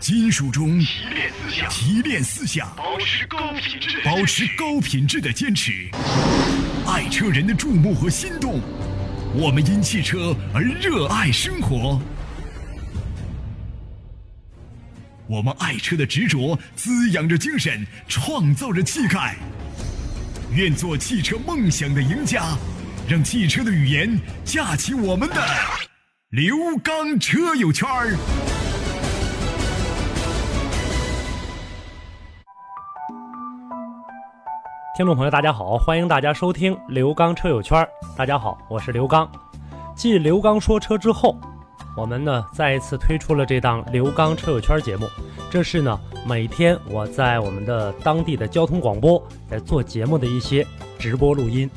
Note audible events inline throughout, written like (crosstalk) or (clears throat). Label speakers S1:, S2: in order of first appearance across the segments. S1: 金属中
S2: 提炼思想，
S1: 提炼思想，
S2: 保持高品质，
S1: 保持高品质的坚持。爱车人的注目和心动，我们因汽车而热爱生活。我们爱车的执着滋养着精神，创造着气概。愿做汽车梦想的赢家，让汽车的语言架起我们的刘刚车友圈儿。
S3: 听众朋友，大家好，欢迎大家收听刘刚车友圈儿。大家好，我是刘刚。继刘刚说车之后，我们呢再一次推出了这档刘刚车友圈节目。这是呢每天我在我们的当地的交通广播在做节目的一些直播录音，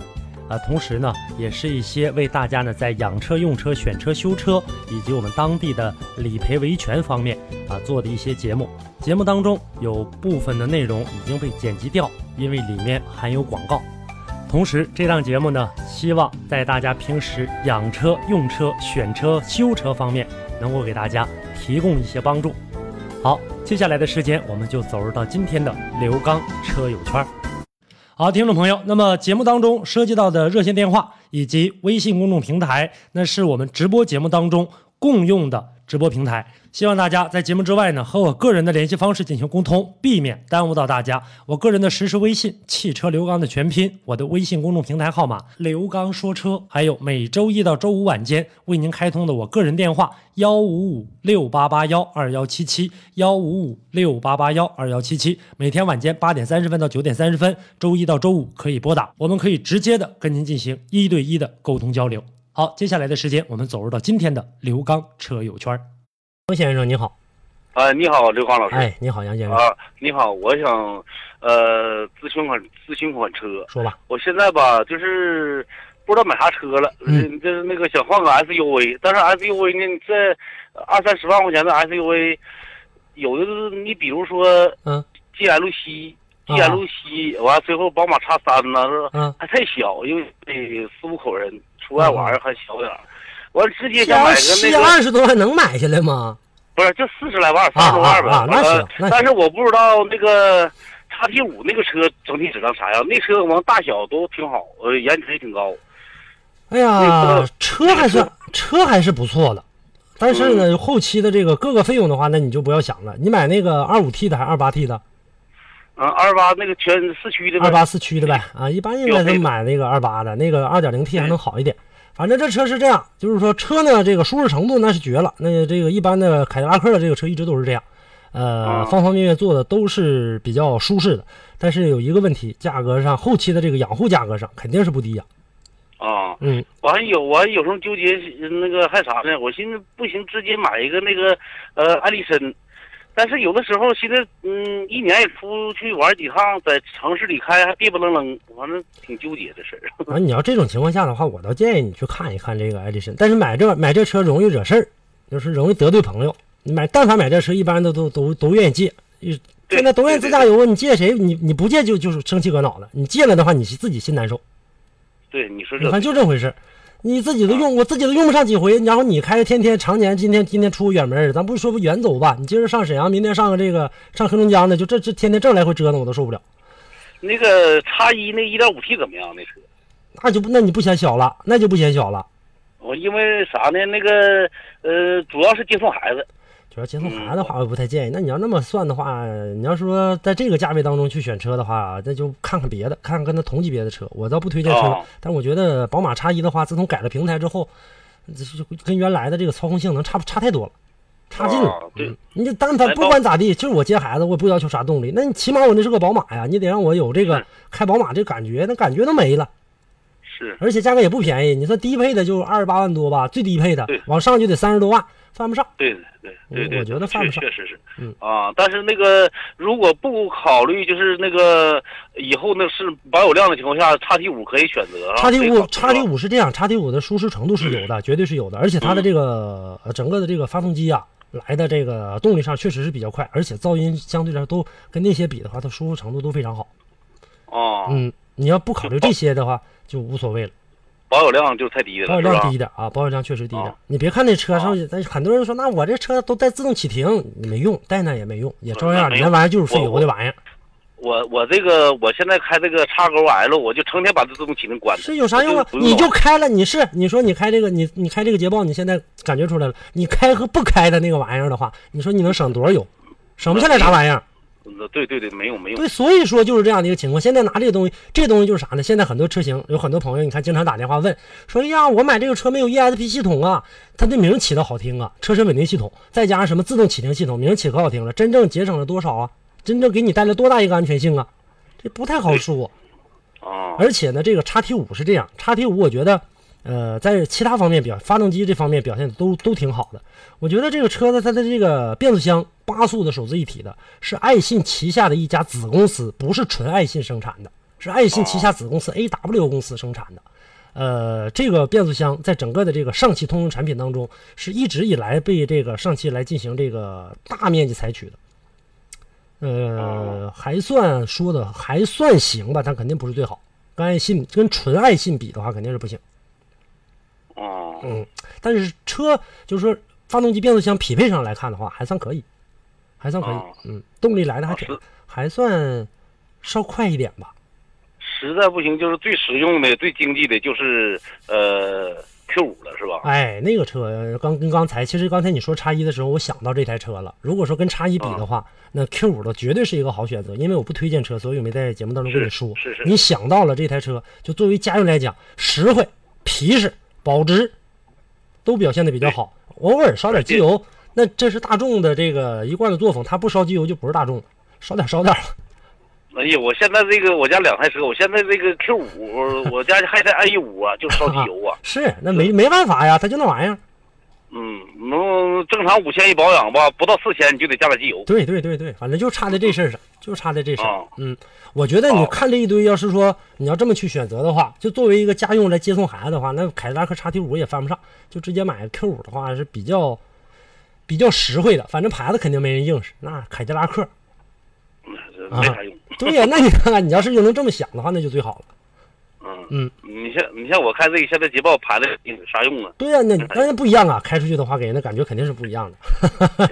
S3: 啊，同时呢也是一些为大家呢在养车、用车、选车、修车以及我们当地的理赔维权方面啊做的一些节目。节目当中有部分的内容已经被剪辑掉，因为里面含有广告。同时，这档节目呢，希望在大家平时养车、用车、选车、修车方面，能够给大家提供一些帮助。好，接下来的时间，我们就走入到今天的刘刚车友圈儿。好，听众朋友，那么节目当中涉及到的热线电话以及微信公众平台，那是我们直播节目当中共用的直播平台。希望大家在节目之外呢，和我个人的联系方式进行沟通，避免耽误到大家。我个人的实时微信“汽车刘刚”的全拼，我的微信公众平台号码“刘刚说车”，还有每周一到周五晚间为您开通的我个人电话幺五五六八八幺二幺七七幺五五六八八幺二幺七七，每天晚间八点三十分到九点三十分，周一到周五可以拨打，我们可以直接的跟您进行一对一的沟通交流。好，接下来的时间我们走入到今天的刘刚车友圈儿。杨先生你好，
S4: 呃，你好，刘刚老师。
S3: 哎，你好，杨先生，
S4: 啊，你好，我想，呃，咨询款咨询款车。
S3: 说吧，
S4: 我现在吧，就是不知道买啥车了，
S3: 嗯
S4: 呃就是那个想换个 SUV，但是 SUV 呢，你这二三十万块钱的 SUV，有的就是你比如说
S3: 嗯
S4: GL 七、
S3: 啊
S4: GL 七，完了最后宝马叉三呢，是吧
S3: 嗯，
S4: 还太小，因为得四五口人出外
S2: 嗯
S4: 玩儿还小点儿。完了直接想买个那
S5: 七
S4: 个
S5: 二十多还能买下来吗？
S4: 不是，就四十来万，三十多万吧。
S5: 啊啊那行
S4: 呃
S5: 那行
S4: 但是我不知道那个叉 T 五那个车整体质量啥样，那车完大小都挺好，呃，颜值也挺高。
S5: 哎
S4: 那
S5: 呀
S4: 车，
S5: 车还是车还是不错的，但是
S4: 嗯
S5: 呢，后期的这个各个费用的话，那你就不要想了。你买那个二五 T 的还是二八 T 的？
S4: 嗯，二八那个全四驱的呗
S5: 二八四驱的呗啊，一般应该都买那个二八的，那个二点零 T 还能好一点。反正这车是这样，就是说车呢，这个舒适程度那是绝了。那这个一般的凯迪拉克的这个车一直都是这样，呃
S4: 啊，
S5: 方方面面做的都是比较舒适的。但是有一个问题，价格上后期的这个养护价格上肯定是不低呀、
S4: 啊。
S5: 嗯，
S4: 我还有我还有时候纠结呃那个还啥呢？我寻思不行，直接买一个那个呃艾力绅。但是有的时候寻思，嗯，一年也出去玩几趟，在城市里开还别不楞楞，反正挺纠结的事儿。 (laughs)
S5: 啊，你要这种情况下的话，我倒建议你去看一看这个艾力绅。但是买这买这车容易惹事儿，就是容易得罪朋友。你买但凡买这车，一般都都都都愿意借，一
S4: 对
S5: 现在都愿意
S4: 对
S5: 自
S4: 对
S5: 驾游啊。你借谁？你你不借就就是生气搁脑了。你借了的话，你自己心难受。
S4: 对，你说
S5: 你
S4: 这
S5: 看就这回事儿，你自己都用，我自己都用不上几回。然后你开天天常年，今天今天出远门儿，咱不说不远走吧，你今儿上沈阳，明天上个这个上黑龙江的，就这这天天正来回折腾，我都受不了。
S4: 那个叉一那一点五 T 怎么样？那车？
S5: 那就不那你不嫌小了，那就不嫌小了。
S4: 我因为啥呢？那个呃，主要是接送孩子。
S5: 主要接送孩子的
S4: 嗯
S5: 话，我不太建议。那你要那么算的话，你要说在这个价位当中去选车的话，那就看看别的，看看跟它同级别的车。我倒不推荐车，
S4: 哦
S5: 但我觉得宝马叉一的话，自从改了平台之后，这是跟原来的这个操控性能差差太多了，差劲了。
S4: 啊对
S5: 嗯你就但凡
S4: 哎
S5: 不管咋地，就是我接孩子，我也不要求啥动力。那你起码我那是个宝马呀，你得让我有这个
S4: 是
S5: 开宝马这感觉，那感觉都没了。
S4: 是
S5: 而且价格也不便宜，你说低配的就二十八万多吧，最低配的
S4: 对
S5: 往上就得三十多万，犯不上。
S4: 对的对对
S5: 我
S4: 对，
S5: 我觉得犯
S4: 确
S5: 不上
S4: 确实是，
S5: 嗯
S4: 啊，但是那个如果不考虑就是那个以后那是保有量的情况下，叉 T 五可以选择啊。
S5: 叉 T
S4: 可以考
S5: 五
S4: 虑
S5: 叉 T 五是这样，叉 T 五的舒适程度是
S4: (clears throat)
S5: 有的，绝对是有的，而且它
S4: 嗯
S5: 的这个、呃整个的这个发动机啊，来的这个动力上确实是比较快，而且噪音相对来说都跟那些比的话，它舒适程度都非常好。嗯
S4: 啊，
S5: 嗯，你要不考虑这些的话，就无所谓了。
S4: 保有量就太低了，
S5: 保有
S4: 是
S5: 量
S4: 吧
S5: 低一点啊，保有量确实低一点
S4: 啊。
S5: 你别看这车上，但是很多人说，那我这车都带自动启停，你没用，带那也没用，也照样，
S4: 没
S5: 你
S4: 用
S5: 那玩意儿就是费
S4: 我
S5: 油的玩意儿，
S4: 我我这个我现在开这个叉勾 L，我就成天把这自动启停关着，
S5: 是有啥用啊？
S4: 我不
S5: 你就开了，你是你说你开这个，你你开这个捷豹，你现在感觉出来了，你开和不开的那个玩意儿的话，你说你能省多少油？省不下来啥玩意儿。
S4: 嗯对对对，没用没用，
S5: 对，所以说就是这样的一个情况。现在拿这个东西，这个东西就是啥呢？现在很多车型有很多朋友，你看经常打电话问说：“哎呀，我买这个车没有 ESP 系统啊，它这名儿起的好听啊，车身稳定系统，再加上什么自动启停系统，名儿起可好听了，真正节省了多少啊？真正给你带来多大一个安全性啊？这不太好说。
S4: 啊，
S5: 而且呢，这个叉 T 五是这样，叉 T 五我觉得，呃，在其他方面表发动机这方面表现都都挺好的。我觉得这个车子它的这个变速箱八速的手自一体的，是爱信旗下的一家子公司，不是纯爱信生产的，是爱信旗下子公司 AW 公司生产的。呃，这个变速箱在整个的这个上汽通用产品当中，是一直以来被这个上汽来进行这个大面积采取的。呃，还算说的还算行吧，但肯定不是最好。跟爱信跟纯爱信比的话，肯定是不行。
S4: 哦、
S5: 但是车就是说发动机、变速箱匹配上来看的话，还算可以，还算可以
S4: 哦。
S5: 嗯，动力来的还
S4: 啊
S5: 挺
S4: 是
S5: 还算稍快一点吧。
S4: 实在不行就是最实用的、最经济的，就是呃 Q 五了，是吧？
S5: 哎，那个车刚跟刚才，其实刚才你说叉一的时候，我想到这台车了。如果说跟叉一比的话，
S4: 嗯
S5: 那 Q 五的绝对是一个好选择，因为我不推荐车，所以我没在节目当中跟你说。
S4: 是是是
S5: 你想到了这台车，就作为家用来讲，实惠、皮实、保值，都表现的比较好。偶尔烧点机油，那这是大众的这个一贯的作风，它不烧机油就不是大众了，烧点烧点了。，
S4: 哎呀，我现在这个我家两台车，我现在这个 Q 五，我家还在 i 五啊，就烧机油啊
S5: (laughs) (laughs) 是，那没没办法呀，它就那玩意儿。
S4: 嗯，能正常五千一保养吧，不到四千你就得加点机油。
S5: 对对对对，反正就差在这事儿上，就差在这事儿
S4: 哦。
S5: 嗯，我觉得你看这一堆，要是说你要这么去选择的话，就作为一个家用来接送孩子的话，那凯迪拉克叉 T 五也犯不上，就直接买个 Q 五的话是比较比较实惠的。反正牌子肯定没人硬实，那凯迪拉克。
S4: 嗯没啥用。
S5: 对呀、那你看看，你要是又能这么想的话，那就最好了。
S4: 嗯
S5: 嗯，
S4: 你像你像我开这个现在捷豹排的有啥用啊？
S5: 对呀、那那不一样啊，开出去的话，给人的感觉肯定是不一样的。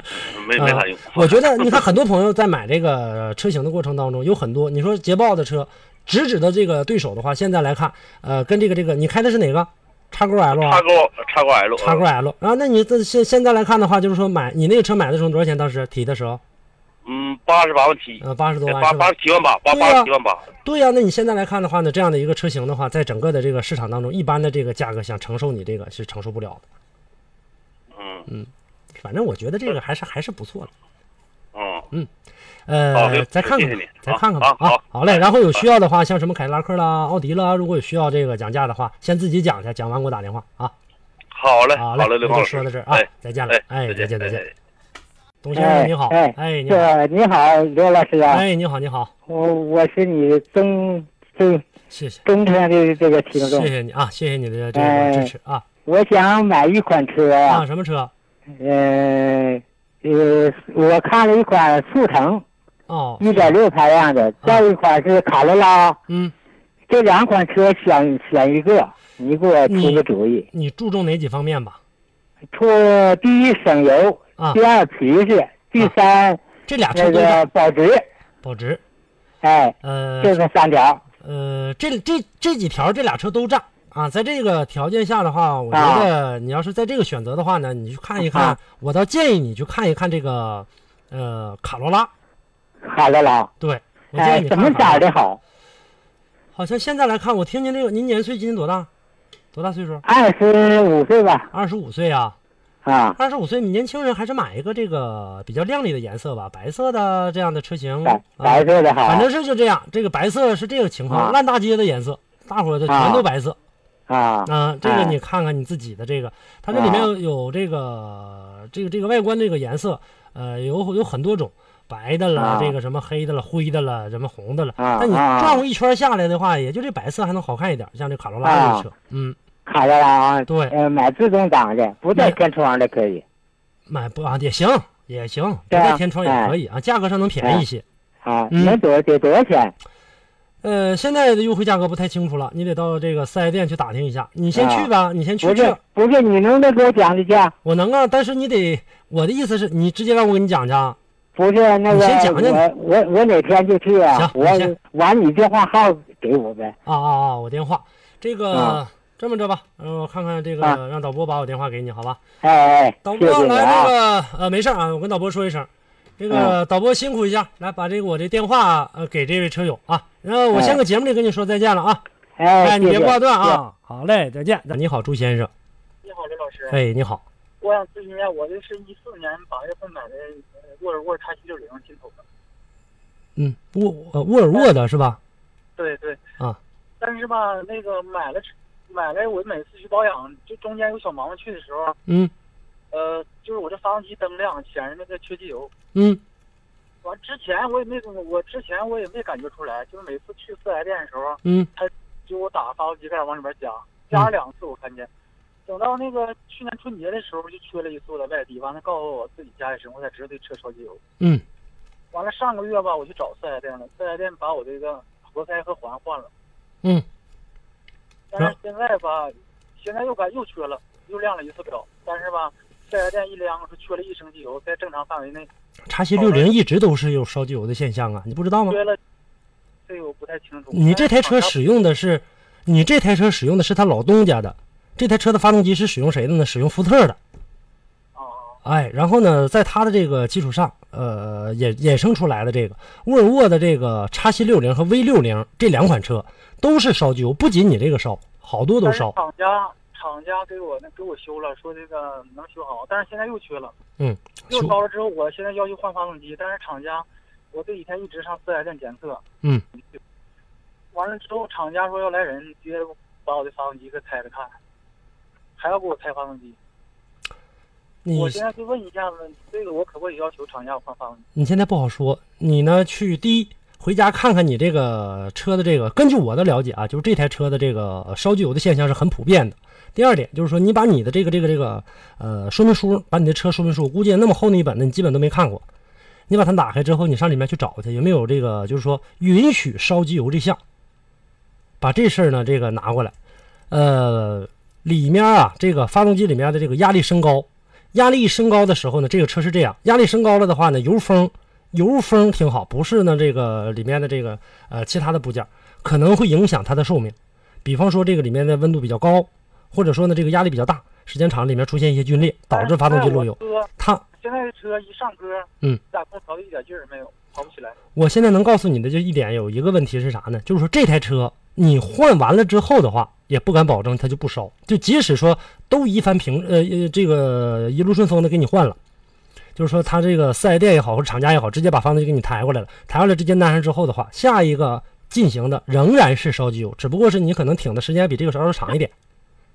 S4: 没没啥用。
S5: 啊。我觉得你看，很多朋友在买这个车型的过程当中，有很多你说捷豹的车，直指的这个对手的话，现在来看，呃，跟这个这个，你开的是哪个？叉勾 L 啊
S4: 叉，勾叉勾 L，
S5: 叉勾 L。然后啊那你这现现在来看的话，就是说买你那个车买的时候多少钱？当时提的时候，
S4: 嗯，八十八万七，
S5: 呃，八十多万
S4: 八
S5: 是
S4: 八
S5: 吧
S4: 十？七万八，八
S5: 对呀
S4: 八十七万八。
S5: 对呀、那你现在来看的话呢，这样的一个车型的话，在整个的这个市场当中，一般的这个价格想承受你这个是承受不了的。
S4: 嗯
S5: 反正我觉得这个还是还是不错的。
S4: 嗯，好
S5: 呃
S4: 嘞，
S5: 再看看
S4: 谢谢
S5: 吧
S4: 你，
S5: 再
S4: 好
S5: 看看吧
S4: 好
S5: 啊
S4: 好，
S5: 好嘞。然后有需要的话，像什么凯迪拉克啦、奥迪啦，如果有需要这个讲价的话，先自己讲一下，讲完给我打电话啊。
S4: 好嘞，
S5: 好
S4: 好嘞，
S5: 那
S4: 刘光
S5: 就
S4: 老师
S5: 说到这儿啊
S4: 哎，
S5: 再见了
S4: 哎，，
S5: 哎，再
S4: 再
S5: 见再
S4: 哎
S5: 见
S4: 哎。
S5: 董先生你好，
S6: 哎
S5: 哎，你好，
S6: 这你好，刘老师啊，
S5: 哎，你好你好，
S6: 我我是你忠忠
S5: 谢谢，
S6: 忠诚的这个听众
S5: 谢，谢你啊，谢谢你的这个支持啊
S6: 我想买一款车
S5: 啊，
S6: 啊，
S5: 什么车？
S6: 呃呃，我看了一款速腾，
S5: 哦，啊
S6: 一点六排量的，再一款是卡罗拉，
S5: 嗯，
S6: 这两款车选选一个，你给我出个主意。
S5: 你注重哪几方面吧？
S6: 出第一省油，
S5: 嗯啊
S6: 第二皮实，第三
S5: 这俩车
S6: 嗯那
S5: 都是
S6: 个保值，
S5: 保值，
S6: 哎，
S5: 呃
S6: 就这三条。
S5: 呃，这这这几条这俩车都占啊，在这个条件下的话，我觉得你要是在这个选择的话呢，你去看一看
S6: 啊，
S5: 我倒建议你去看一看这个，呃，卡罗拉，
S6: 卡罗拉，
S5: 对我建
S6: 哎
S5: 议，你
S6: 什
S5: 看
S6: 么
S5: 看啊
S6: 色儿的好？
S5: 好像现在来看，我听您这个，您年岁今年多大？多大岁数？
S6: 二十五岁吧，
S5: 二十五岁啊，
S6: 啊，
S5: 二十五岁，年轻人还是买一个这个比较亮丽的颜色吧，白色的这样的车型，
S6: 白
S5: 啊
S6: 哎白色的好，
S5: 反正是就这样，这个白色是这个情况，
S6: 啊
S5: 烂大街的颜色，大伙儿的全都白色，
S6: 啊，
S5: 嗯、这个
S6: 哎啊
S5: 你看看你自己的这个，它这里面有有这个这个这个外观这个颜色，呃，有有很多种，白的啦，
S6: 啊
S5: 这个什么黑的了，灰的了，什么红的了。
S6: 啊
S5: 但你
S6: 啊
S5: 转过一圈下来的话，也就这白色还能好看一点，像这卡罗拉
S6: 啊
S5: 这个车，嗯，
S6: 卡罗拉，
S5: 对
S6: 呃，买自动挡的，不带天窗的可以，
S5: 买不啊也行也行，不
S6: 对啊
S5: 带天窗也可以啊，价格上能便宜一些。
S6: 啊，
S5: 嗯
S6: 能多得多少钱？
S5: 呃，现在的优惠价格不太清楚了，你得到这个四 S 店去打听一下。你先去吧，你先去
S6: 啊不
S5: 这
S6: 是不是，你能不能给我讲的价？
S5: 我能啊，但是你得，我的意思是你直接让我给你讲去啊。
S6: 不是那
S5: 你
S6: 个
S5: 先讲讲
S6: 我我我哪天就去啊
S5: 行？
S6: 我
S5: 你先
S6: 完你电话号给我呗。
S5: 啊啊啊！我电话，这个、
S6: 啊
S5: 这么着吧，嗯、我看看这个，
S6: 啊
S5: 让导播把我电话给你，好吧？
S6: 哎哎，
S5: 导
S6: 谢
S5: 播
S6: 谢你
S5: 来那
S6: 啊！
S5: 个呃，没事儿啊，我跟导播说一声，这
S6: 嗯
S5: 个导播辛苦一下，来把这个我这电话呃给这位车友啊，然后我先
S6: 哎
S5: 搁节目里跟你说再见了啊，
S6: 哎，
S5: 哎，你
S6: 谢
S5: 别
S6: 谢
S5: 挂断
S6: 谢谢
S5: 啊，好嘞，再见。你好，朱先生，
S7: 你好，刘老师，
S5: 哎，你好，
S7: 我想咨询一下，我这是一四年八月份买的呃沃尔沃 X 七六零进口的，
S5: 嗯，沃呃沃尔沃的是吧？
S7: 对对
S5: 啊，
S7: 但是吧，那个买了买了，我每次去保养，就中间有小毛病去的时候，
S5: 嗯
S7: 呃，就是我这发动机灯亮显示那个缺机油，
S5: 嗯
S7: 完之前我也没我之前我也没感觉出来，就是每次去四 S 店的时候，
S5: 嗯
S7: 就我打发动机盖往里边加，加了两次我看见。等到那个去年春节的时候，就缺了一次我在外地，完了告诉我自己家里生，我才知道这车烧机油。
S5: 嗯
S7: 完了上个月吧，我去找四 S 店了，四 S 店把我这个活塞和环换了，
S5: 嗯
S7: 但是现在吧，现在又感又缺了，又亮了一次表，但是吧，四 S 店一量说缺了一升机油，在正常范围内
S5: ，X 七六零一直都是有烧机油的现象啊，你不知道吗？
S7: 缺了，这个我不太清楚。
S5: 你这台车
S7: 但是厂家
S5: 使用的是，你这台车使用的是他老东家的，这台车的发动机是使用谁的呢？使用福特的。
S7: 啊，
S5: 哎，然后呢，在它的这个基础上，呃，衍衍生出来的这个沃尔沃的这个 x 七六零和 V 六零这两款车都是烧机油，不仅你这个烧，好多都
S7: 但是
S5: 烧。
S7: 厂家厂家给我那给我修了，说这个能修好，但是现在又缺了，
S5: 嗯，
S7: 又
S5: 修
S7: 烧了之后，我现在要求换发动机，但是厂家，我这几天一直上四 S 店检测，
S5: 嗯，
S7: 完了之后，厂家说要来人，直接把我的发动机给拆了看，还要给我拆发动机。
S5: 你
S7: 我现在就问一下子，这个我可不可以要求厂家我换发动机？
S5: 你现在不好说。你呢，去第一回家看看你这个车的这个，根据我的了解啊，就是这台车的这个呃烧机油的现象是很普遍的。第二点就是说，你把你的这个这个这个呃说明书，把你的车说明书，我估计那么厚那一本的，你基本都没看过。你把它打开之后，你上里面去找去，有没有这个就是说允许烧机油这项？把这事儿呢，这个拿过来，呃，里面啊，这个发动机里面的这个压力升高，压力升高的时候呢，这个车是这样，压力升高了的话呢，油封油封挺好，不是呢这个里面的这个呃其他的部件可能会影响它的寿命，比方说这个里面的温度比较高，或者说呢这个压力比较大，时间长了里面出现一些皲裂，导致发动机漏油。
S7: 但是我车
S5: 它
S7: 现在这车一上歌，
S5: 嗯，
S7: 打空调的一点劲儿没有，跑不起来。
S5: 我现在能告诉你的就一点，有一个问题是啥呢？就是说这台车你换完了之后的话，也不敢保证它就不烧。就即使说都一帆平呃呃这个一路顺风的给你换了，就是说它这个四 S 店也好或者厂家也好，直接把发动机给你抬过来了，抬过来直接安上之后的话，下一个进行的仍然是烧机油，只不过是你可能挺的时间比这个稍微长一点，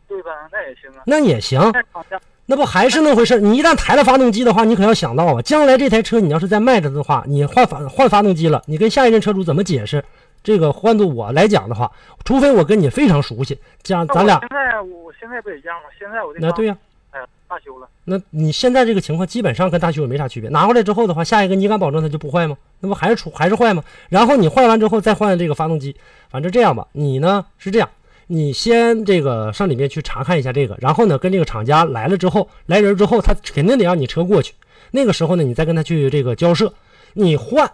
S7: 对吧？那也行啊。
S5: 那也行。
S7: 那厂家
S5: 那不还是那回事儿？你一旦抬了发动机的话，你可要想到啊，将来这台车你要是再卖它的话，你换发换发动机了，你跟下一任车主怎么解释？这个换做我来讲的话，除非我跟你非常熟悉，这样
S7: 那
S5: 咱俩
S7: 我现在我现在不也一样吗？现在我这
S5: 那对呀、
S7: 哎呀，大修了。
S5: 那你现在这个情况基本上跟大修也没啥区别。拿回来之后的话，下一个你敢保证它就不坏吗？那不还是出还是坏吗？然后你坏完之后再换这个发动机，反正这样吧，你呢是这样，你先这个上里面去查看一下这个，然后呢跟这个厂家来了之后，来人之后他肯定得让你车过去，那个时候呢你再跟他去这个交涉，你换，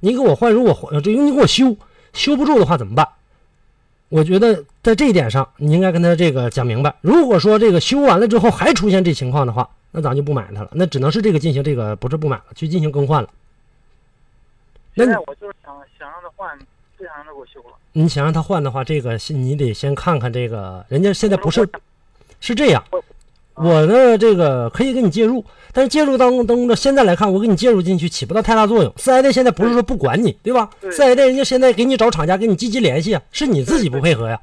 S5: 你给我换，如果换呃这你给我修，修不住的话怎么办？我觉得在这一点上，你应该跟他这个讲明白。如果说这个修完了之后还出现这情况的话，那咱就不买它了，那只能是这个进行这个不是不买了，去进行更换了。那
S7: 现
S5: 你
S7: 在我就是想想让他换，不想让他给我修了。
S5: 你想让他换的话，这个是你得先看看这个人家现在不是是这样。我呢，这个可以给你介入，但是介入当中当中，现在来看，我给你介入进去起不到太大作用。四 S 店现在不是说不管你，对吧？
S7: 对
S5: 四 S 店人家现在给你找厂家，给你积极联系啊，是你自己不配合呀。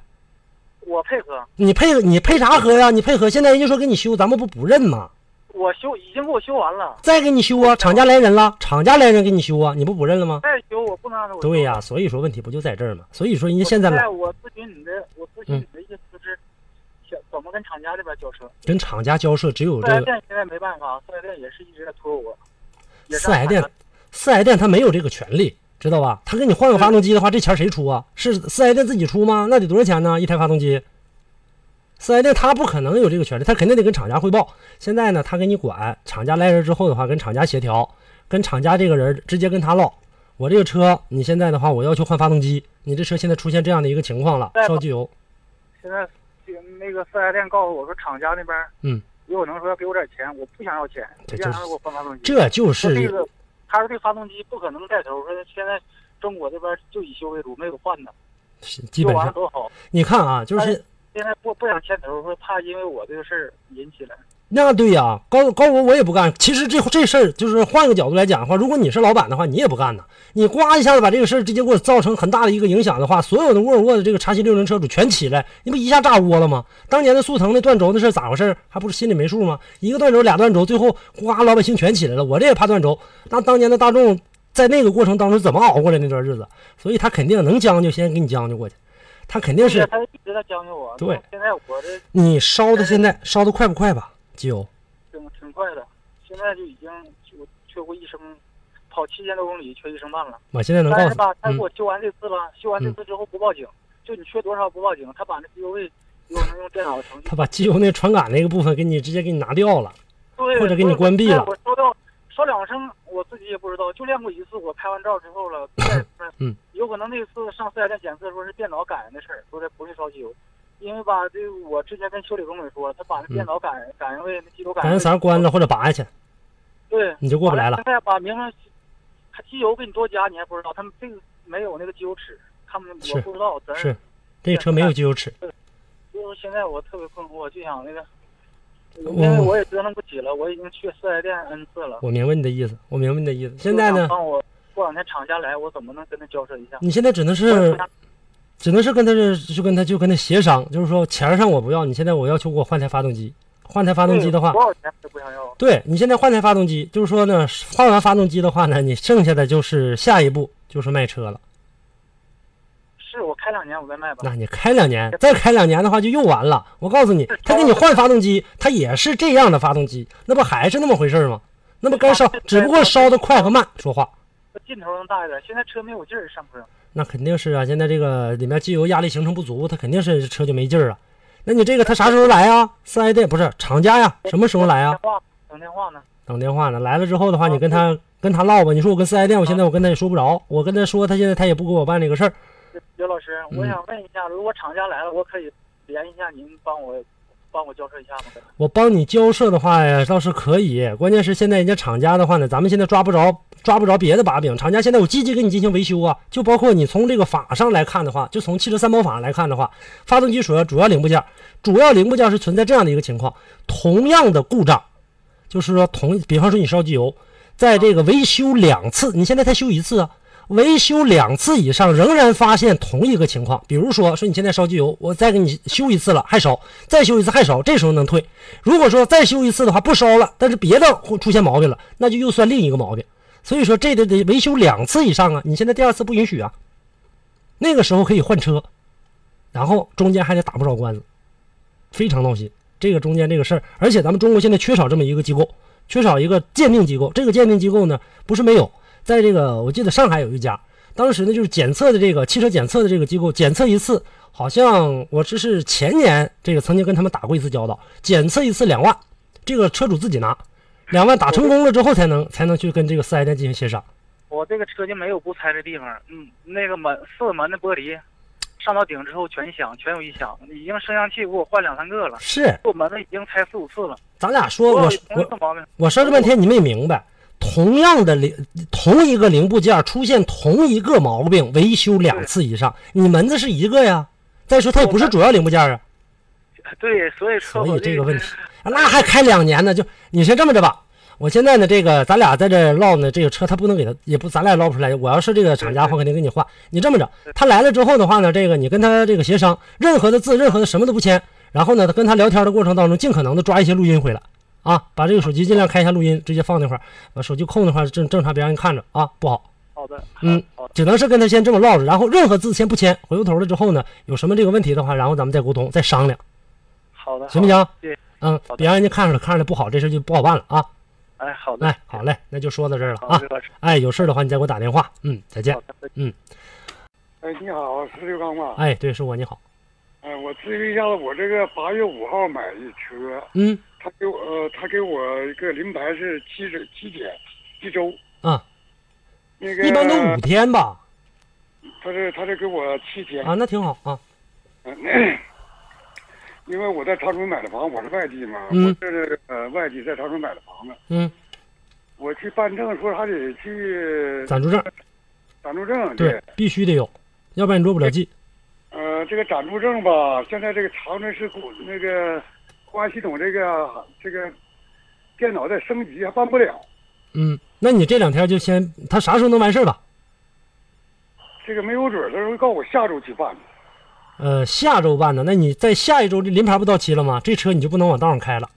S7: 我配合，
S5: 你配你配啥合呀？你配合，现在人家说给你修，咱们不不认吗？
S7: 我修已经给我修完了，
S5: 再给你修啊，厂家来人了，厂家来人给你修啊，你不不认了吗？
S7: 再修我不能让他给我修
S5: 对呀、所以说问题不就在这儿吗？所以说人家现在嗯来
S7: 我咨询你的，我咨询你的意思是，想怎么跟厂家这边交涉？
S5: 跟厂家交涉，只有
S7: 四
S5: 这
S7: S
S5: 个
S7: 店现在没办法，四 S 店也是一直在拖我，也是
S5: 四 S 店，四 S 店他没有这个权利，知道吧？他给你换个发动机的话，这钱谁出啊？是四 S 店自己出吗？那得多少钱呢？一台发动机？四 S 店他不可能有这个权利，他肯定得跟厂家汇报。现在呢，他给你管，厂家来人之后的话，跟厂家协调，跟厂家这个人直接跟他唠。我这个车，你现在的话，我要求换发动机，你这车现在出现这样的一个情况了，烧机油。
S7: 现在就那个四 S 店告诉我说，厂家那边
S5: 嗯，
S7: 如果能说要给我点钱，我不想要钱，
S5: 这就
S7: 就
S5: 是
S7: 让他给我换发动机。
S5: 这就
S7: 说这
S5: 是
S7: 个，他说这发动机不可能带头，说现在中国这边就以修为主，没有换的，
S5: 基
S7: 修
S5: 本
S7: 完
S5: 上，
S7: 了呃多好。
S5: 你看啊，就是
S7: 现在不不想牵头，说怕因为我这个事儿引起来。
S5: 那对呀、高高我我也不干。其实这这事儿就是换个角度来讲的话，如果你是老板的话，你也不干呐。你呱一下子把这个事儿直接给我造成很大的一个影响的话，所有的沃尔沃的这个叉七六零车主全起来，你不一下炸窝了吗？当年的速腾那断轴的事儿咋回事儿？还不是心里没数吗？一个断轴俩断轴，最后呱老百姓全起来了。我这也怕断轴，那当年的大众在那个过程当中怎么熬过来那段日子？所以他肯定能将就，先给你将就过去。他肯定是
S7: 他一直在将就我。
S5: 对，
S7: 现在我这
S5: 你烧的现在烧的快不快吧，基友？
S7: 挺挺快的，现在就已经就缺过一升，跑七千多公里缺一升半了。
S5: 我现在能告
S7: 但
S5: 诉
S7: 是
S5: 你，
S7: 吧，他
S5: 嗯
S7: 给我修完这次吧，修完这次之后不报警，就你缺多少不报警，他把那 PUA 给我能用电脑程序
S5: 他，把机油那传感那个部分给你直接给你拿掉了，
S7: 对，
S5: 或者给你关闭了
S7: 我收到烧两声，我自己也不知道，就练过一次，我拍完照之后
S5: (laughs)
S7: 了，
S5: 嗯，
S7: 有可能那次上四 S 店检测说是电脑感应的事儿，说这不是烧机油。因为吧，这我之前跟修理工也说，他把那电脑感应、感应位、那机油
S5: 嗯
S7: 感
S5: 感
S7: 应
S5: 应
S7: 位
S5: 绳关了或者拔下去，
S7: 对，
S5: 你就过不来了
S7: 现在把明白，他机油给你多加，你还不知道，他们这个没有那个机油尺，他们
S5: 是
S7: 我不知道，咱
S5: 是这车没有机油尺。
S7: 就是现在我特别困惑，就想那个，
S5: 嗯
S7: 因为我也折腾不起了，我已经去四 S 店 N 次了。
S5: 我明白你的意思，我明白你的意思。现在呢，
S7: 帮我过两天厂家来，我怎么能跟他交涉一下？
S5: 你现在只能是，只能是跟他是就跟他就跟他协商，就是说钱儿上我不要，你现在我要求给我换台发动机，换台发
S7: 发
S5: 动机的话，
S7: 多少钱都不想要。
S5: 对你现在换台发动机，就是说呢，换完发动机的话呢，你剩下的就是下一步就是卖车了。
S7: 是我开两年我再卖吧。
S5: 那你开两年，再开两年的话就又完了。我告诉你，他给你换发动机，他也是这样的发动机，那不还是那么回事儿吗？那不该烧，只不过烧的快和慢。说话，
S7: 劲头能大一点。现在车没有劲儿，上坡
S5: 那肯定是啊。现在这个里面机油压力形成不足，它肯定是车就没劲儿啊。那你这个他啥时候来啊？四 S 店不是厂家呀？什么时候来啊
S7: 电？话等电话呢。
S5: 等电话呢。来了之后的话，你跟他跟他唠吧。你说我跟四 S 店，我现在我跟他也说不着，我跟他说他现在他也不给我办这个事儿。
S7: 刘老师，
S5: 嗯
S7: 我想问一下，如果厂家来了，我可以联系一下您，帮我帮我交涉一下吗？
S5: 我帮你交涉的话呀，倒是可以。关键是现在人家厂家的话呢，咱们现在抓不着抓不着别的把柄。厂家现在有积极给你进行维修啊，就包括你从这个法上来看的话，就从汽车三包法来看的话，发动机主要主要零部件，主要零部件是存在这样的一个情况：同样的故障，就是说同，比方说你烧机油，在这个维修两次，你现在才修一次啊，维修两次以上仍然发现同一个情况，比如说说你现在烧机油，我再给你修一次了还烧，再修一次还烧，这时候能退。如果说再修一次的话不烧了，但是别的会出现毛病了，那就又算另一个毛病。所以说这得得维修两次以上啊，你现在第二次不允许啊，那个时候可以换车，然后中间还得打不少官司，非常闹心。这个中间这个事儿，而且咱们中国现在缺少这么一个机构，缺少一个鉴定机构。这个鉴定机构呢，不是没有，在这个我记得上海有一家，当时呢就是检测的这个汽车检测的这个机构，检测一次好像我这是前年这个曾经跟他们打过一次交道，检测一次两万，这个车主自己拿，两万打成功了之后才能才能去跟这个四 S 店进行协商。
S7: 我这个车就没有不拆的地方，嗯，那个门四门的玻璃，上到顶之后全响，全有异响，已经升降器给我换两三个了，
S5: 是，
S7: 我门子已经拆四五次了，
S5: 咱俩说我我
S7: 这毛病。
S5: 我说这半天你没明白，同样的零同一个零部件出现同一个毛病，维修两次以上，你门子是一个呀。再说它也不是主要零部件啊，
S7: 对，所以说
S5: 所
S7: 我
S5: 以这
S4: (laughs)
S5: 个问题，啊那还开两年呢。就你先这么着吧，我现在呢，这个咱俩在这儿唠呢，这个车他不能给他，也不咱俩也唠不出来。我要是这个厂家，我肯定给你换。你这么着，他来了之后的话呢，这个你跟他这个协商，任何的字，任何的什么都不签。然后呢，他跟他聊天的过程当中，尽可能的抓一些录音回来啊，把这个手机尽量开一下录音，直接放那块儿，把手机控那块儿正正常，别让人看着啊，不好。
S7: 好的，
S5: 嗯
S7: 好的，
S5: 只能是跟他先这么唠着，然后任何字先不签，回过头了之后呢，有什么这个问题的话，然后咱们再沟通，再商量，
S7: 好的，
S5: 行不行？
S7: 对，
S5: 嗯
S7: 好，的
S5: 别让人家看出来，看出来不好，这事儿就不好办了啊。
S7: 哎哎，好的，
S5: 哎，好嘞，那就说到这儿了
S7: 好
S5: 啊
S7: 的，。老师
S5: 哎，有事儿的话你再给我打电话。嗯，再见
S7: 好。的，
S8: 哎，你好，是刘刚吧？
S5: 哎，对，是我，你好。
S8: 哎，我咨询一下，我这个八月五号买的车，
S5: 嗯
S8: 他给我呃，他给我一个临牌是七十七天，一周。
S5: 啊，
S8: 那个
S5: 一般都五天吧。
S8: 他是他是给我七天，
S5: 啊，那挺好啊。
S8: 嗯因为我在长春买的房，我是外地嘛，
S5: 嗯
S8: 我这是呃外地在长春买的房子，
S5: 嗯，
S8: 我去办证说还得去
S5: 暂住证，
S8: 暂住证，
S5: 对，必须得有，要不然你落不了记。
S8: 呃，这个暂住证吧，现在这个长春市公那个公安系统这个这个电脑在升级，还办不了。
S5: 嗯，那你这两天就先，他啥时候能完事儿吧？
S8: 这个没有准儿，他说告我下周去办。
S5: 呃，下周办的，那你在下一周这临牌不到期了吗？这车你就不能往道上开了。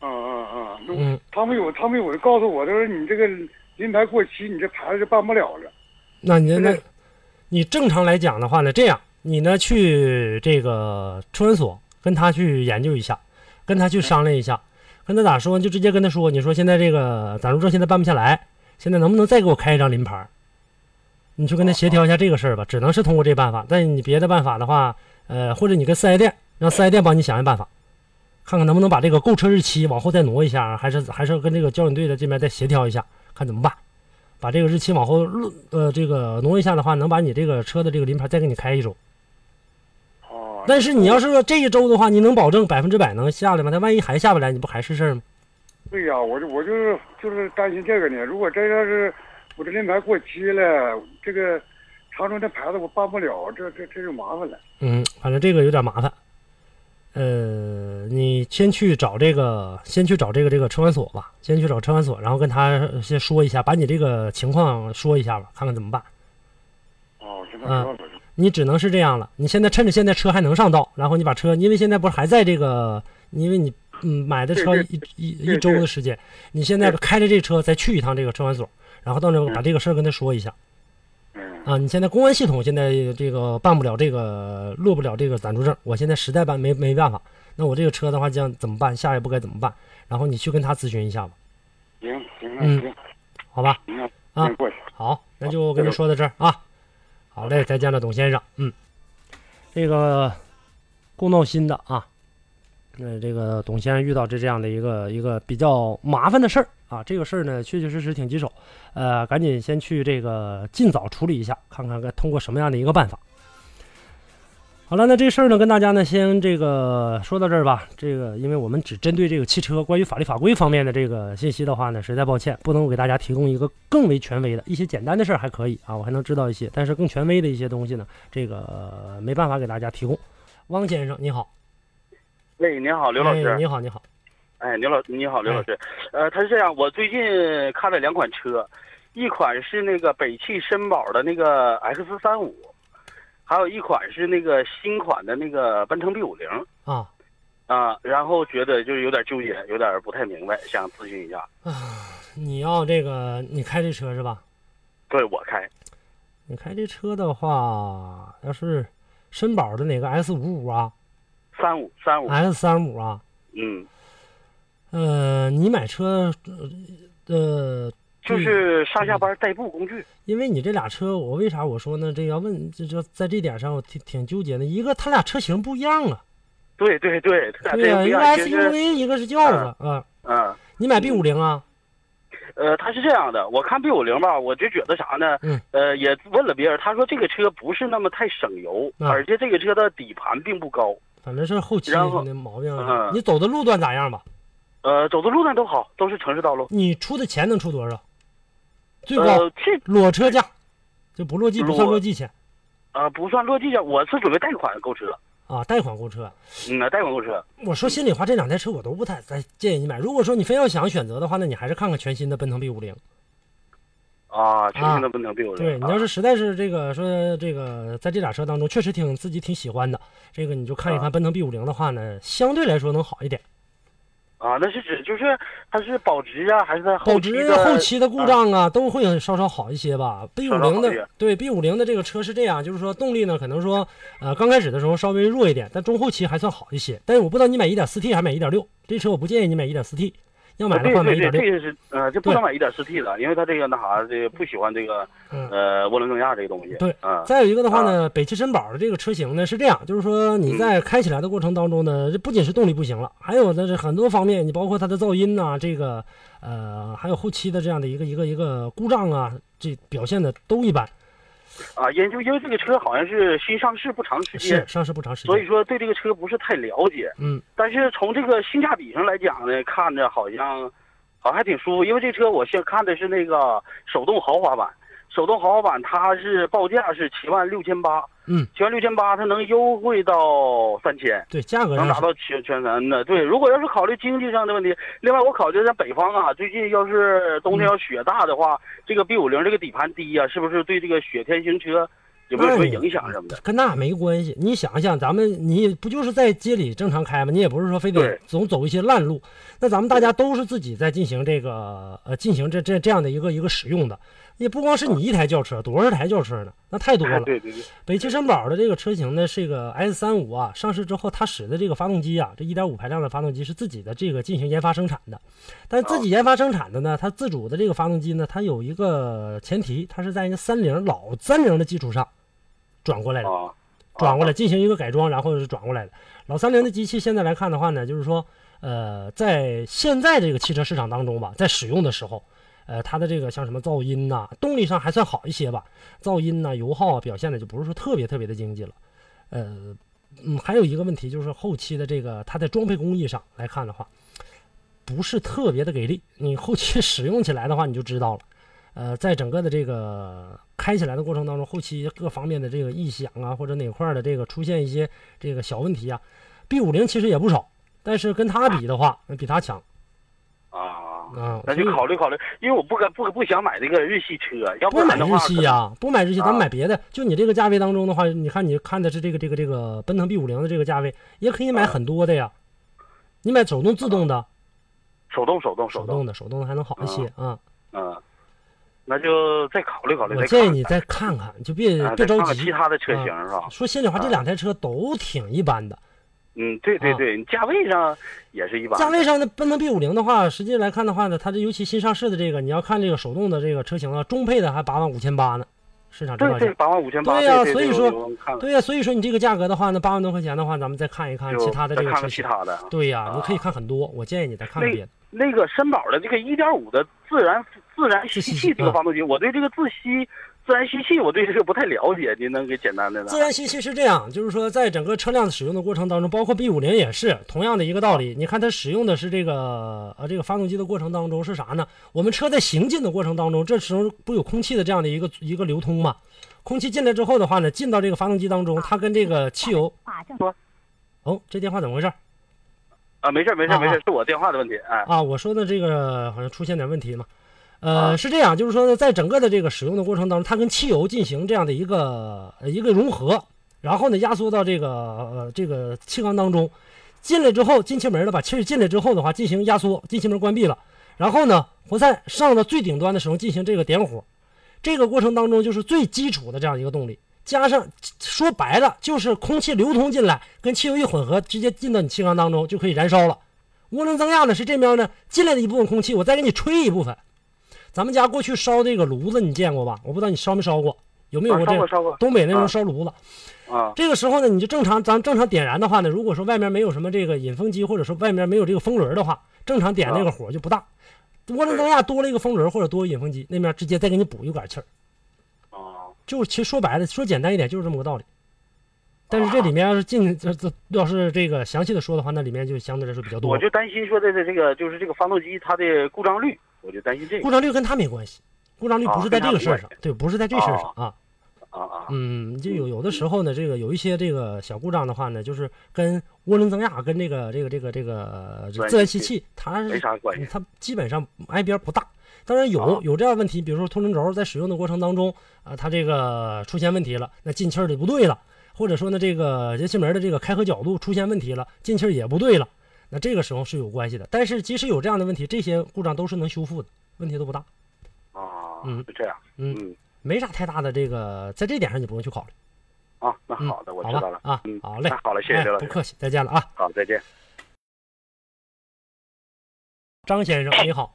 S8: 啊啊啊！那
S5: 嗯
S8: 他们有他们有告诉我，他说你这个临牌过期，你这牌子就办不了了。
S5: 那你那
S8: 是，
S5: 你正常来讲的话呢，这样你呢去这个车管所跟他去研究一下，跟他去商量一下，跟他咋说你就直接跟他说，你说现在这个暂住证现在办不下来，现在能不能再给我开一张临牌儿？你去跟他协调一下这个事儿吧，只能是通过这办法。但你别的办法的话，呃，或者你跟四 S 店让四 S 店帮你想想办法，看看能不能把这个购车日期往后再挪一下，还是还是跟这个交警队的这边再协调一下，看怎么办。把这个日期往后落呃这个挪一下的话，能把你这个车的这个临牌再给你开一周。
S8: 哦，
S5: 但是你要是说这一周的话，你能保证百分之百能下来吗？他万一还下不来，你不还是事儿吗？
S8: 对呀、我就我就是就是担心这个呢。如果真要是我这临牌过期了，这个长春的牌子我办不了，这这这就麻烦了。
S5: 嗯，反正这个有点麻烦。呃，你先去找这个，先去找这个这个车管所吧，先去找车管所，然后跟他先说一下，把你这个情况说一下吧，看看怎么办。
S8: 哦，现在
S5: 啊
S8: 知道了。
S5: 你只能是这样了。你现在趁着现在车还能上道，然后你把车，因为现在不是还在这个，因为你嗯买的车
S8: 对
S5: 一一
S8: 对
S5: 一周的时间，你现在开着这车再去一趟这个车管所，然后到那儿把这个事儿跟他说一下
S8: 嗯
S5: 啊。你现在公安系统现在这个办不了这个落不了这个暂住证，我现在实在办没没办法。那我这个车的话将怎么办？下一步该怎么办？然后你去跟他咨询一下吧，
S8: 行行啊
S5: 嗯
S8: 行
S5: 好吧？
S8: 行啊，
S5: 啊
S8: 行过去。
S5: 好，那就跟您说到这儿啊。好嘞，再见了，董先生。嗯，这个够闹心的啊。那这个董先生遇到这这样的一个一个比较麻烦的事儿啊，这个事儿呢确确实实挺棘手，呃，赶紧先去这个尽早处理一下，看看该通过什么样的一个办法。好了，那这事儿呢跟大家呢先这个说到这儿吧。这个因为我们只针对这个汽车关于法律法规方面的这个信息的话呢，实在抱歉，不能够给大家提供一个更为权威的一些简单的事儿还可以啊，我还能知道一些，但是更权威的一些东西呢，这个、呃没办法给大家提供。汪先生，你好。
S4: 喂，您好，刘老师。
S5: 哎你好，你哎好。
S4: 哎，刘老，你好，刘老师。呃，他是这样，我最近看了两款车，一款是那个北汽绅宝的那个 X 三五，还有一款是那个新款的那个奔腾 B 五零
S5: 啊
S4: 啊。然后觉得就是有点纠结，有点不太明白，想咨询一下。
S5: 啊，你要这个，你开这车是吧？
S4: 对我开，
S5: 你开这车的话，要是绅宝的哪个 S 五五啊
S4: 三五三五，
S5: ，S 三五啊，
S4: 嗯，
S5: 呃，你买车，呃呃，
S4: 就是上下班代步工具。
S5: 因为你这俩车，我为啥我说呢？这要问，这这在这点上我挺挺纠结的。一个，它俩车型不一样啊，
S4: 对对对，他俩
S5: 对啊
S4: 这不一
S5: 呀、一个
S4: 样，其实
S5: SUV，一个是轿子啊。
S4: 嗯。
S5: 你买 B 五零啊？
S4: 呃，他是这样的，我看 B 五零吧，我就觉得啥呢？
S5: 嗯
S4: 呃，也问了别人，他说这个车不是那么太省油，
S5: 啊
S4: 而且这个车的底盘并不高，
S5: 反正是后期
S4: 然后
S5: 的毛病。啊
S4: 嗯
S5: 你走的路段咋样吧？
S4: 呃，走的路段都好，都是城市道路。
S5: 你出的钱能出多少？最高、
S4: 呃，这
S5: 裸车价，就不落地不算
S4: 裸
S5: 落地钱
S4: 呃不算落地价，我是准备贷款购车，
S5: 啊，贷款购车。
S4: 嗯，贷款购车。
S5: 我说心里话，这两台车我都不太再建议你买。如果说你非要想选择的话，那你还是看看全新的奔腾 B 五零。
S4: 啊，全新的奔腾 B 五零。
S5: 对你要是实在是这个说这个在这俩车当中确实挺自己挺喜欢的，这个你就看一看奔腾 B 五零的话呢，相对来说能好一点。
S4: 啊，那是指就是它是保值啊，还是它
S5: 保
S4: 后期
S5: 值
S4: 的
S5: 后期的故障啊，都会稍稍好一些吧。B 五
S4: 稍稍
S5: 零
S4: 好一
S5: 的
S4: 点
S5: 对 B 五零的这个车是这样，就是说动力呢，可能说呃刚开始的时候稍微弱一点，但中后期还算好一些。但是我不知道你买一点四 T 还买一点六，这车我不建议你买一点四 T。要
S4: 啊
S5: 买的话买
S4: 对
S5: 一点
S4: 对对，
S5: 六，
S4: 这个是呃，这不能买一点四 T 的，因为它这个那啥，这个不喜欢这个
S5: 嗯。
S4: 呃涡轮增压这个东西。
S5: 对
S4: 啊，嗯
S5: 再有一个的话呢，北汽绅宝的这个车型呢是这样，就是说你在开起来的过程当中呢，这不仅是动力不行了，还有的是很多方面，你包括它的噪音呐、这个呃，还有后期的这样的一个一个一个故障啊，这表现的都一般，
S4: 啊，因就因为这个车好像是新上市不长时
S5: 是
S4: 间，
S5: 上市不长时
S4: 所以
S5: 间。
S4: 说对这个车不是太了解。
S5: 嗯，
S4: 但是从这个性价比上来讲呢，看着好像好像还挺舒服，因为这车我现看的是那个手动豪华版，手动豪华版它是报价是七万六千八，
S5: 嗯，
S4: 七万六千八它能优惠到三千。
S5: 对，价格
S4: 能
S5: 上
S4: 达
S5: 是
S4: 到全全三的，对。如果要是考虑经济上的问题，另外我考虑在北方啊，最近要是冬天
S5: 嗯
S4: 要雪大的话，这个 B 五零这个底盘低呀、是不是对这个雪天行车有没有什么影响什么的？
S5: 哎跟那没关系。你想想，咱们你不就是在街里正常开吗？你也不是说非得
S4: 对
S5: 总走一些烂路。那咱们大家都是自己在进行这个呃，进行这这这样的一个一个使用的，也不光是你一台轿车，多少台轿车呢？那太多了。
S4: 对对对，
S5: 北汽绅宝的这个车型呢，是一个 S 三五啊，上市之后它使的这个发动机啊，这一点五排量的发动机是自己的这个进行研发生产的，但自己研发生产的呢，它自主的这个发动机呢，它有一个前提，它是在人家三菱老三菱的基础上转过来的，
S4: 啊，
S5: 转过来进行一个改装，然后是转过来的。老三菱的机器现在来看的话呢，就是说，呃，在现在这个汽车市场当中吧，在使用的时候，呃，它的这个像什么噪音呐、动力上还算好一些吧，噪音呐、油耗啊，表现的就不是说特别特别的经济了。呃，嗯，还有一个问题就是后期的这个它在装配工艺上来看的话，不是特别的给力。你后期使用起来的话，你就知道了。呃，在整个的这个开起来的过程当中，后期各方面的这个异响啊，或者哪块儿的这个出现一些这个小问题啊，B 五零其实也不少，但是跟它比的话，那比它强
S4: 啊，
S5: 啊。
S4: 那就
S5: 所以
S4: 考虑考虑，因为我不敢不不想买这个日系车，要
S5: 不
S4: 然
S5: 买
S4: 的话，
S5: 日系呀、不买日系，咱们
S4: 啊
S5: 买别的。就你这个价位当中的话，你看你看的是这个这个这个奔腾 B 五零的这个价位，也可以
S4: 啊
S5: 买很多的呀。你买手动自动的，
S4: 手动手动
S5: 手
S4: 手
S5: 动
S4: 动，
S5: 的，手动的还能好一些啊。
S4: 嗯、那就再考虑考虑，
S5: 我
S4: 再
S5: 建议
S4: 看
S5: 你再看看，就别
S4: 啊，再
S5: 别着
S4: 看看
S5: 急
S4: 其。他的车型
S5: 啊
S4: 是吧？
S5: 说心里话，这
S4: 啊
S5: 两台车都挺一般的。
S4: 嗯，对对
S5: 啊
S4: 对，你价位上也是一般的，
S5: 价位上的奔腾 B 五零的话，实际来看的话呢，它这尤其新上市的这个，你要看这个手动的这个车型啊，中配的还八万五千八呢，市场指
S4: 对
S5: 导
S4: 对
S5: 价。
S4: 八万五千八，
S5: 对呀
S4: 对
S5: 所以
S4: 对
S5: 说
S4: 我我看了
S5: 对呀、所以说你这个价格的话呢，八万多块钱的话，咱们再看一看
S4: 就
S5: 其他的
S4: 再
S5: 这个
S4: 看
S5: 车
S4: 看其
S5: 型。
S4: 他的啊。
S5: 对呀、你可以看很多，我建议你再看看别的。
S4: 那个绅宝的这个1.5的自然自然吸
S5: 自吸
S4: 气这个
S5: 嗯
S4: 发动机，我对这个自吸自然吸气，我对这个不太了解，您能给简单的呢？
S5: 自然吸气是这样，就是说在整个车辆使用的过程当中，包括 B 五零也是同样的一个道理。你看它使用的是这个呃这个发动机的过程当中是啥呢？我们车在行进的过程当中，这时候不有空气的这样的一个一个流通嘛？空气进来之后的话呢，进到这个发动机当中，它跟这个汽油，哦，这电话怎么回事儿
S4: 啊，没事儿没事儿没事
S5: 啊
S4: 儿，是我电话的问题，哎，
S5: 啊？我说的这个好像出现点问题嘛。呃，
S4: 啊
S5: 是这样，就是说呢，在整个的这个使用的过程当中，它跟汽油进行这样的一个呃一个融合，然后呢压缩到这个呃这个气缸当中，进来之后进气门了，把气儿进来之后的话进行压缩，进气门关闭了，然后呢活塞上到最顶端的时候进行这个点火，这个过程当中就是最基础的这样一个动力，加上说白了就是空气流通进来，跟汽油一混合，直接进到你气缸当中就可以燃烧了。涡轮增压呢是这边呢进来的一部分空气，我再给你吹一部分。咱们家过去烧这个炉子，你见过吧？我不知道你烧没烧过，有没有
S4: 啊烧
S5: 过这
S4: 过
S5: 个
S4: 烧过
S5: 东北那种
S4: 啊
S5: 烧炉子？
S4: 啊
S5: 这个时候呢，你就正常，咱正常点燃的话呢，如果说外面没有什么这个引风机，或者说外面没有这个风轮的话，正常点
S4: 啊
S5: 那个火就不大。涡轮增压多了一个风轮或者多个引风机，那面直接再给你补一管气儿，
S4: 啊
S5: 就是其实说白了，说简单一点就是这么个道理。但是这里面要是进这这要是这个详细的说的话，那里面就相对来说比较多
S4: 我。就担心说的这这个就是这个发动机它的故障率，我就担心这个
S5: 故障率跟他没关系，故障率不是在这个事儿
S4: 啊跟他没
S5: 上
S4: 关，
S5: 对，不是在这事儿上啊。
S4: 啊啊
S5: 嗯，就有有的时候呢，这个有一些这个小故障的话呢，就是跟涡轮增压跟这个这个这个这个呃
S4: 自然
S5: 自然吸
S4: 吸气
S5: 气，它
S4: 没
S5: 是
S4: 啥关系
S5: 它基本上挨边不大。当然有
S4: 啊
S5: 有这样的问题，比如说通针轴在使用的过程当中啊，它这个出现问题了，那进气儿就不对了，或者说呢这个节气门的这个开合角度出现问题了，进气儿也不对了，那这个时候是有关系的。但是即使有这样的问题，这些故障都是能修复的，问题都不大，
S4: 啊
S5: 嗯，
S4: 就这样，
S5: 嗯
S4: 嗯
S5: 没啥太大的这个，在这点上你不用去考虑。
S4: 啊，那
S5: 嗯
S4: 好的，我
S5: 好
S4: 知
S5: 吧
S4: 道了
S5: 啊
S4: 嗯，
S5: 好嘞
S4: 那好了，谢谢
S5: 哎
S4: 刘老
S5: 不
S4: 师，
S5: 客气，再见了啊。
S4: 好，再见。
S5: 张先
S4: (coughs)
S5: 生，你好，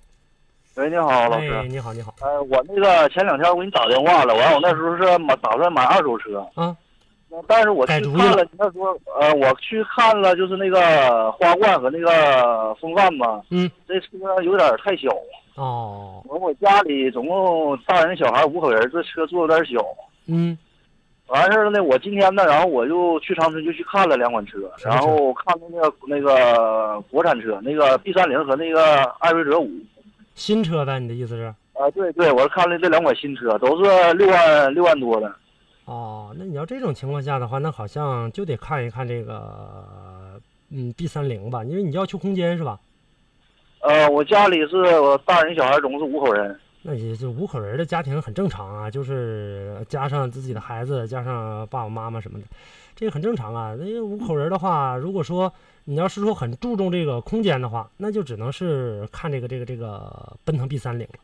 S9: 喂，你好，老师。
S5: 哎，你好，你好，
S9: 呃，我那个前两天我给你打电话了，完我那时候是买打算买二手车，
S5: 啊，
S9: 但是我去
S5: 改主意
S9: 看
S5: 了
S9: 了，你那时候呃，我去看了就是那个花冠和那个风范吧，
S5: 嗯，
S9: 这车有点太小，
S5: 哦，
S9: 完我家里总共大人小孩五口人，这车坐有点小。
S5: 嗯，
S9: 完事儿了呢，我今天呢，然后我就去长春就去看了两款车，
S5: 什么车
S9: 然后看那个那个国产车，那个 B 三零和那个艾瑞泽五。
S5: 新车呗，你的意思是？
S9: 啊，对对，我是看了这两款新车，都是六万六万多的。
S5: 哦，那你要这种情况下的话，那好像就得看一看这个，嗯，B 三零吧，因为你要求空间是吧？
S9: 呃，我家里是我大人小孩总共是五口人。
S5: 那也就五口人的家庭很正常啊，就是加上自己的孩子，加上爸爸妈妈什么的，这个很正常啊。那五口人的话，如果说你要是说很注重这个空间的话，那就只能是看这个这个这个奔腾 B 三零了。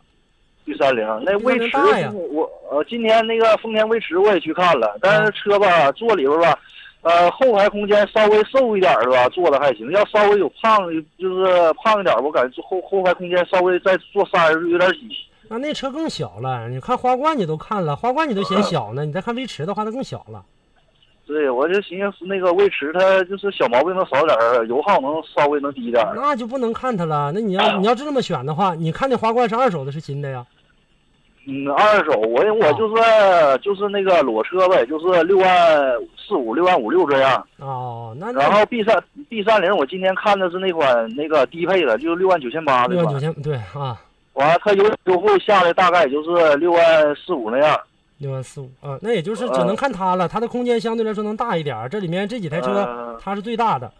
S9: B 三零那
S5: 330
S9: 威驰
S5: 大呀，
S9: 我呃今天那个丰田威驰我也去看了，但
S5: 啊
S9: 是车吧坐里边吧，呃后排空间稍微瘦一点的吧，坐的还行。要稍微有胖就是胖一点，我感觉后后排空间稍微再坐仨人有点挤。
S5: 那那车更小了。你看花冠你都看了，花冠你都嫌小呢，你再看威驰的话，它更小了。
S9: 对，我就寻思那个威驰它就是小毛病能少点儿，油耗能稍微能低点儿。
S5: 那就不能看它了。那你
S9: 啊
S5: 要你要是这么选的话，你看那花冠是二手的，是新的呀？
S9: 嗯，二手我我就是就是那个裸车呗，就是六万四五六万五六这样。
S5: 哦，那
S9: 然
S5: 那
S9: 后 B 三 B 三零，我今天看的是那款那个低配的，就是六万九千八
S5: 六
S9: 这
S5: 万九
S9: 款。
S5: 千对啊，
S9: 完了，它有优惠下来，大概也就是六万四五那样。
S5: 六万四五啊，那也
S9: 呃
S5: 就是只能看它了。它的空间相对来说能大一点儿，这里面这几台车
S9: 呃
S5: 它是最大的。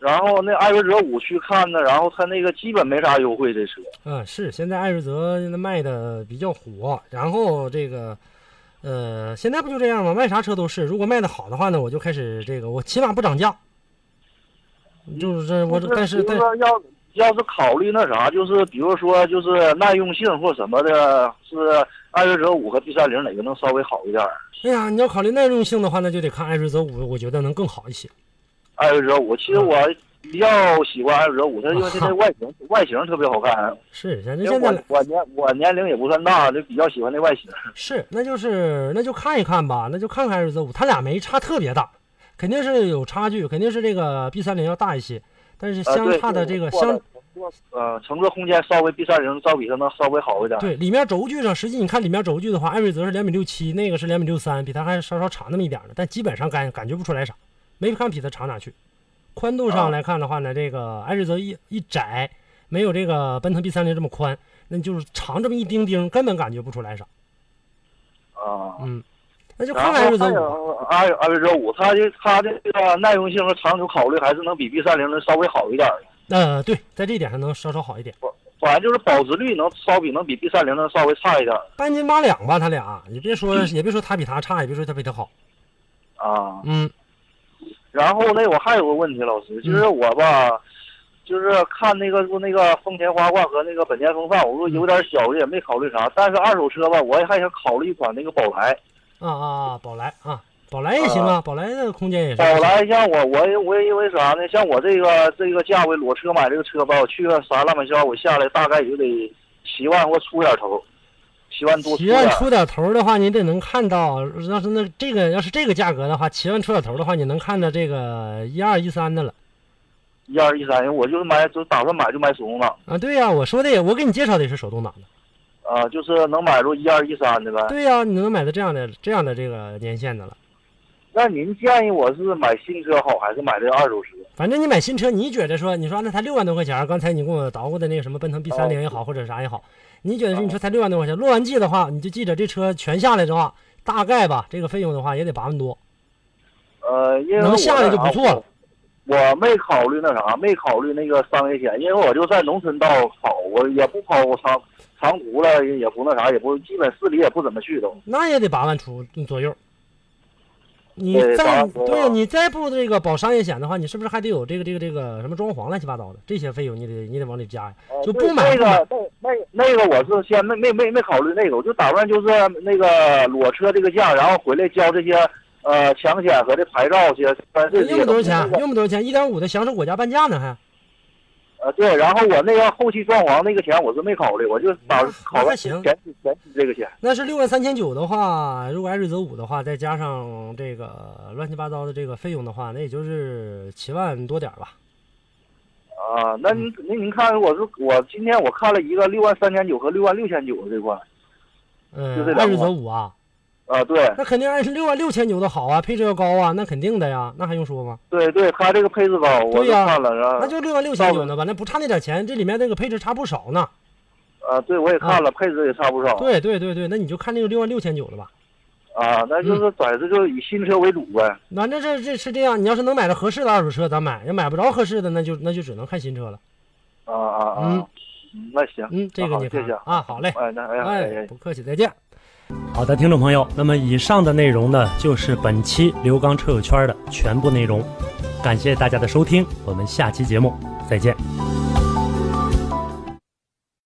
S9: 然后那艾瑞泽五去看的，然后它那个基本没啥优惠，这车。
S5: 嗯，是现在艾瑞泽卖的比较火，然后这个，呃，现在不就这样吗？卖啥车都是，如果卖的好的话呢，我就开始这个，我起码不涨价。就是这，我但是
S9: 就
S5: 但
S9: 是说要要是考虑那啥，就是比如说就是耐用性或什么的，是艾瑞泽五和 B 三零哪个能稍微好一点儿？
S5: 哎呀，你要考虑耐用性的话，那就得看艾瑞泽五，我觉得能更好一些。
S9: 艾瑞泽五，其实我比较喜欢艾瑞泽五，它因为它这外
S5: (laughs)
S9: 形外形特别好看。
S5: 是，反正
S9: 因为
S5: 现在
S9: 我我年我年龄也不算大，就比较喜欢那外形。
S5: 是，那就是那就看一看吧，那就看看艾瑞泽五，它俩没差特别大，肯定是有差距，肯定是这个 B 三零要大一些，但是
S9: 呃
S5: 相
S9: 对
S5: 差的
S9: 对
S5: 这个
S9: 过
S5: 相
S9: 了呃，乘坐空间稍微 B 三零稍比它能稍微好一点。
S5: 对，里面轴距上，实际你看里面轴距的话，艾瑞泽是两米六七，那个是两米六三，比它还稍稍长那么一点儿呢，但基本上感感觉不出来啥，没看比它长哪去。宽度上
S9: 啊
S5: 来看的话呢，这个艾瑞泽一一窄，没有这个奔腾 B 三零这么宽，那就是长这么一丁丁，根本感觉不出来啥。
S9: 啊。
S5: 嗯，那就
S9: 然
S5: 看
S9: 后
S5: 艾
S9: 还
S5: 瑞
S9: 有
S5: 泽五吧。
S9: 艾艾瑞泽五，它就它这个耐用性和长久考虑还是能比 B 三零的稍微好一点儿的。
S5: 呃，对，在这一点上能稍稍好一点，
S9: 反正就是保值率能稍比能比 B 三零的稍微差一点儿
S5: 半斤八两吧，他俩，你别说，也别说他比他差，也别说他比他好，
S9: 啊。
S5: 嗯
S9: 然后那我还有个问题，老师，就是我吧，就是看那个那个丰田花冠和那个本田锋范，我
S5: 嗯
S9: 说有点小，也没考虑啥。但是二手车吧，我也还想考虑一款那个宝来。
S5: 啊啊啊，宝来啊，宝来也行啊，宝来的空间也是
S9: 宝来像我，我也我也因为啥呢？像我这个这个价位裸车买这个车吧，我去个啥烂板销，我下来大概也就得七万或出点头，七万多出
S5: 七
S9: 点
S5: 万。出点头的话，你得能看到，要是那这个要是这个价格的话，七万出点头的话，你能看到这个一二一三的了
S9: 一二一三，我就是买，就打算买就买手动挡
S5: 啊。对呀、我说的也，我给你介绍的也是手动挡的。
S9: 啊，就是能买着一二一三的呗。
S5: 对呀、你能买到这样的这样的这个年限的了。
S9: 那您建议我是买新车好，还是买这个二手车？
S5: 反正你买新车，你觉得说，你说那才六万多块钱儿，刚才你跟我捣鼓的那个什么奔腾 B 三
S9: 哦
S5: 零也好，或者啥也好，你觉得说你说才六万多块钱，落完季的话，你就记着这车全下来的话，大概吧，这个费用的话也得八万多。
S9: 呃，因为
S5: 能
S9: 我
S5: 下来就不错了
S9: 那啥。我没考虑那啥，没考虑那个商业险，因为我就在农村道跑，我也不跑长长途了，也不那啥，也不基本市里也不怎么去都。
S5: 那也得八万出左右。你
S9: 对八
S5: 再
S9: 万左右
S5: 对呀，你再不这个保商业险的话，你是不是还得有这个这个这个什么装潢乱七八糟的这些费用？你得你得往里加呀，
S9: 呃
S5: 就
S9: 对
S5: 不买
S9: 那个那那那个我是先没没没没考虑那个，我就打算就是那个裸车这个价，然后回来交这些呃强险和这牌照这些。
S5: 用不多少钱
S9: 那，个
S5: 用不多少钱，一点五的享受国家半价呢还。
S9: 呃，对，然后我那个后期装潢那个钱我是没考虑，我就打
S5: 那
S9: 考
S5: 那还
S9: 完
S5: 行
S9: 前期前期这个钱。
S5: 那是六万三千九的话，如果艾瑞泽五的话，再加上这个乱七八糟的这个费用的话，那也就是七万多点儿吧。
S9: 啊，那您
S5: 嗯
S9: 那您看，我是我今天我看了一个六万三千九和六万六千九这款，就
S5: 嗯
S9: 这，两
S5: 艾瑞
S9: 款
S5: 泽五啊，
S9: 啊，对
S5: 那肯定按六万六千九的好啊，配置要高啊，那肯定的呀，那还用说吗？
S9: 对对，它这个配置高，我
S5: 对
S9: 就
S5: 呀
S9: 看了，然后
S5: 那就六万六千九呢吧，那不差那点钱，这里面这个配置差不少呢。
S9: 啊，对我也看了，配置也差不少
S5: 嗯对对对对，那你就看这个六万六千九了吧。
S9: 啊，那
S5: 嗯
S9: 就是暂时就是以新车为主呗。
S5: 反正这这是这样，你要是能买着合适的二手车，咱买；要买不着合适的，那就那就只能看新车了。
S9: 啊啊啊，那行，
S5: 嗯，这个
S9: 那好
S5: 你看
S9: 谢谢
S5: 啊，好嘞，
S9: 哎，那哎呀哎
S5: 哎，
S9: 哎
S5: 不客气，再见。
S3: 好的，听众朋友，那么以上的内容呢，就是本期刘刚车友圈的全部内容，感谢大家的收听，我们下期节目再见。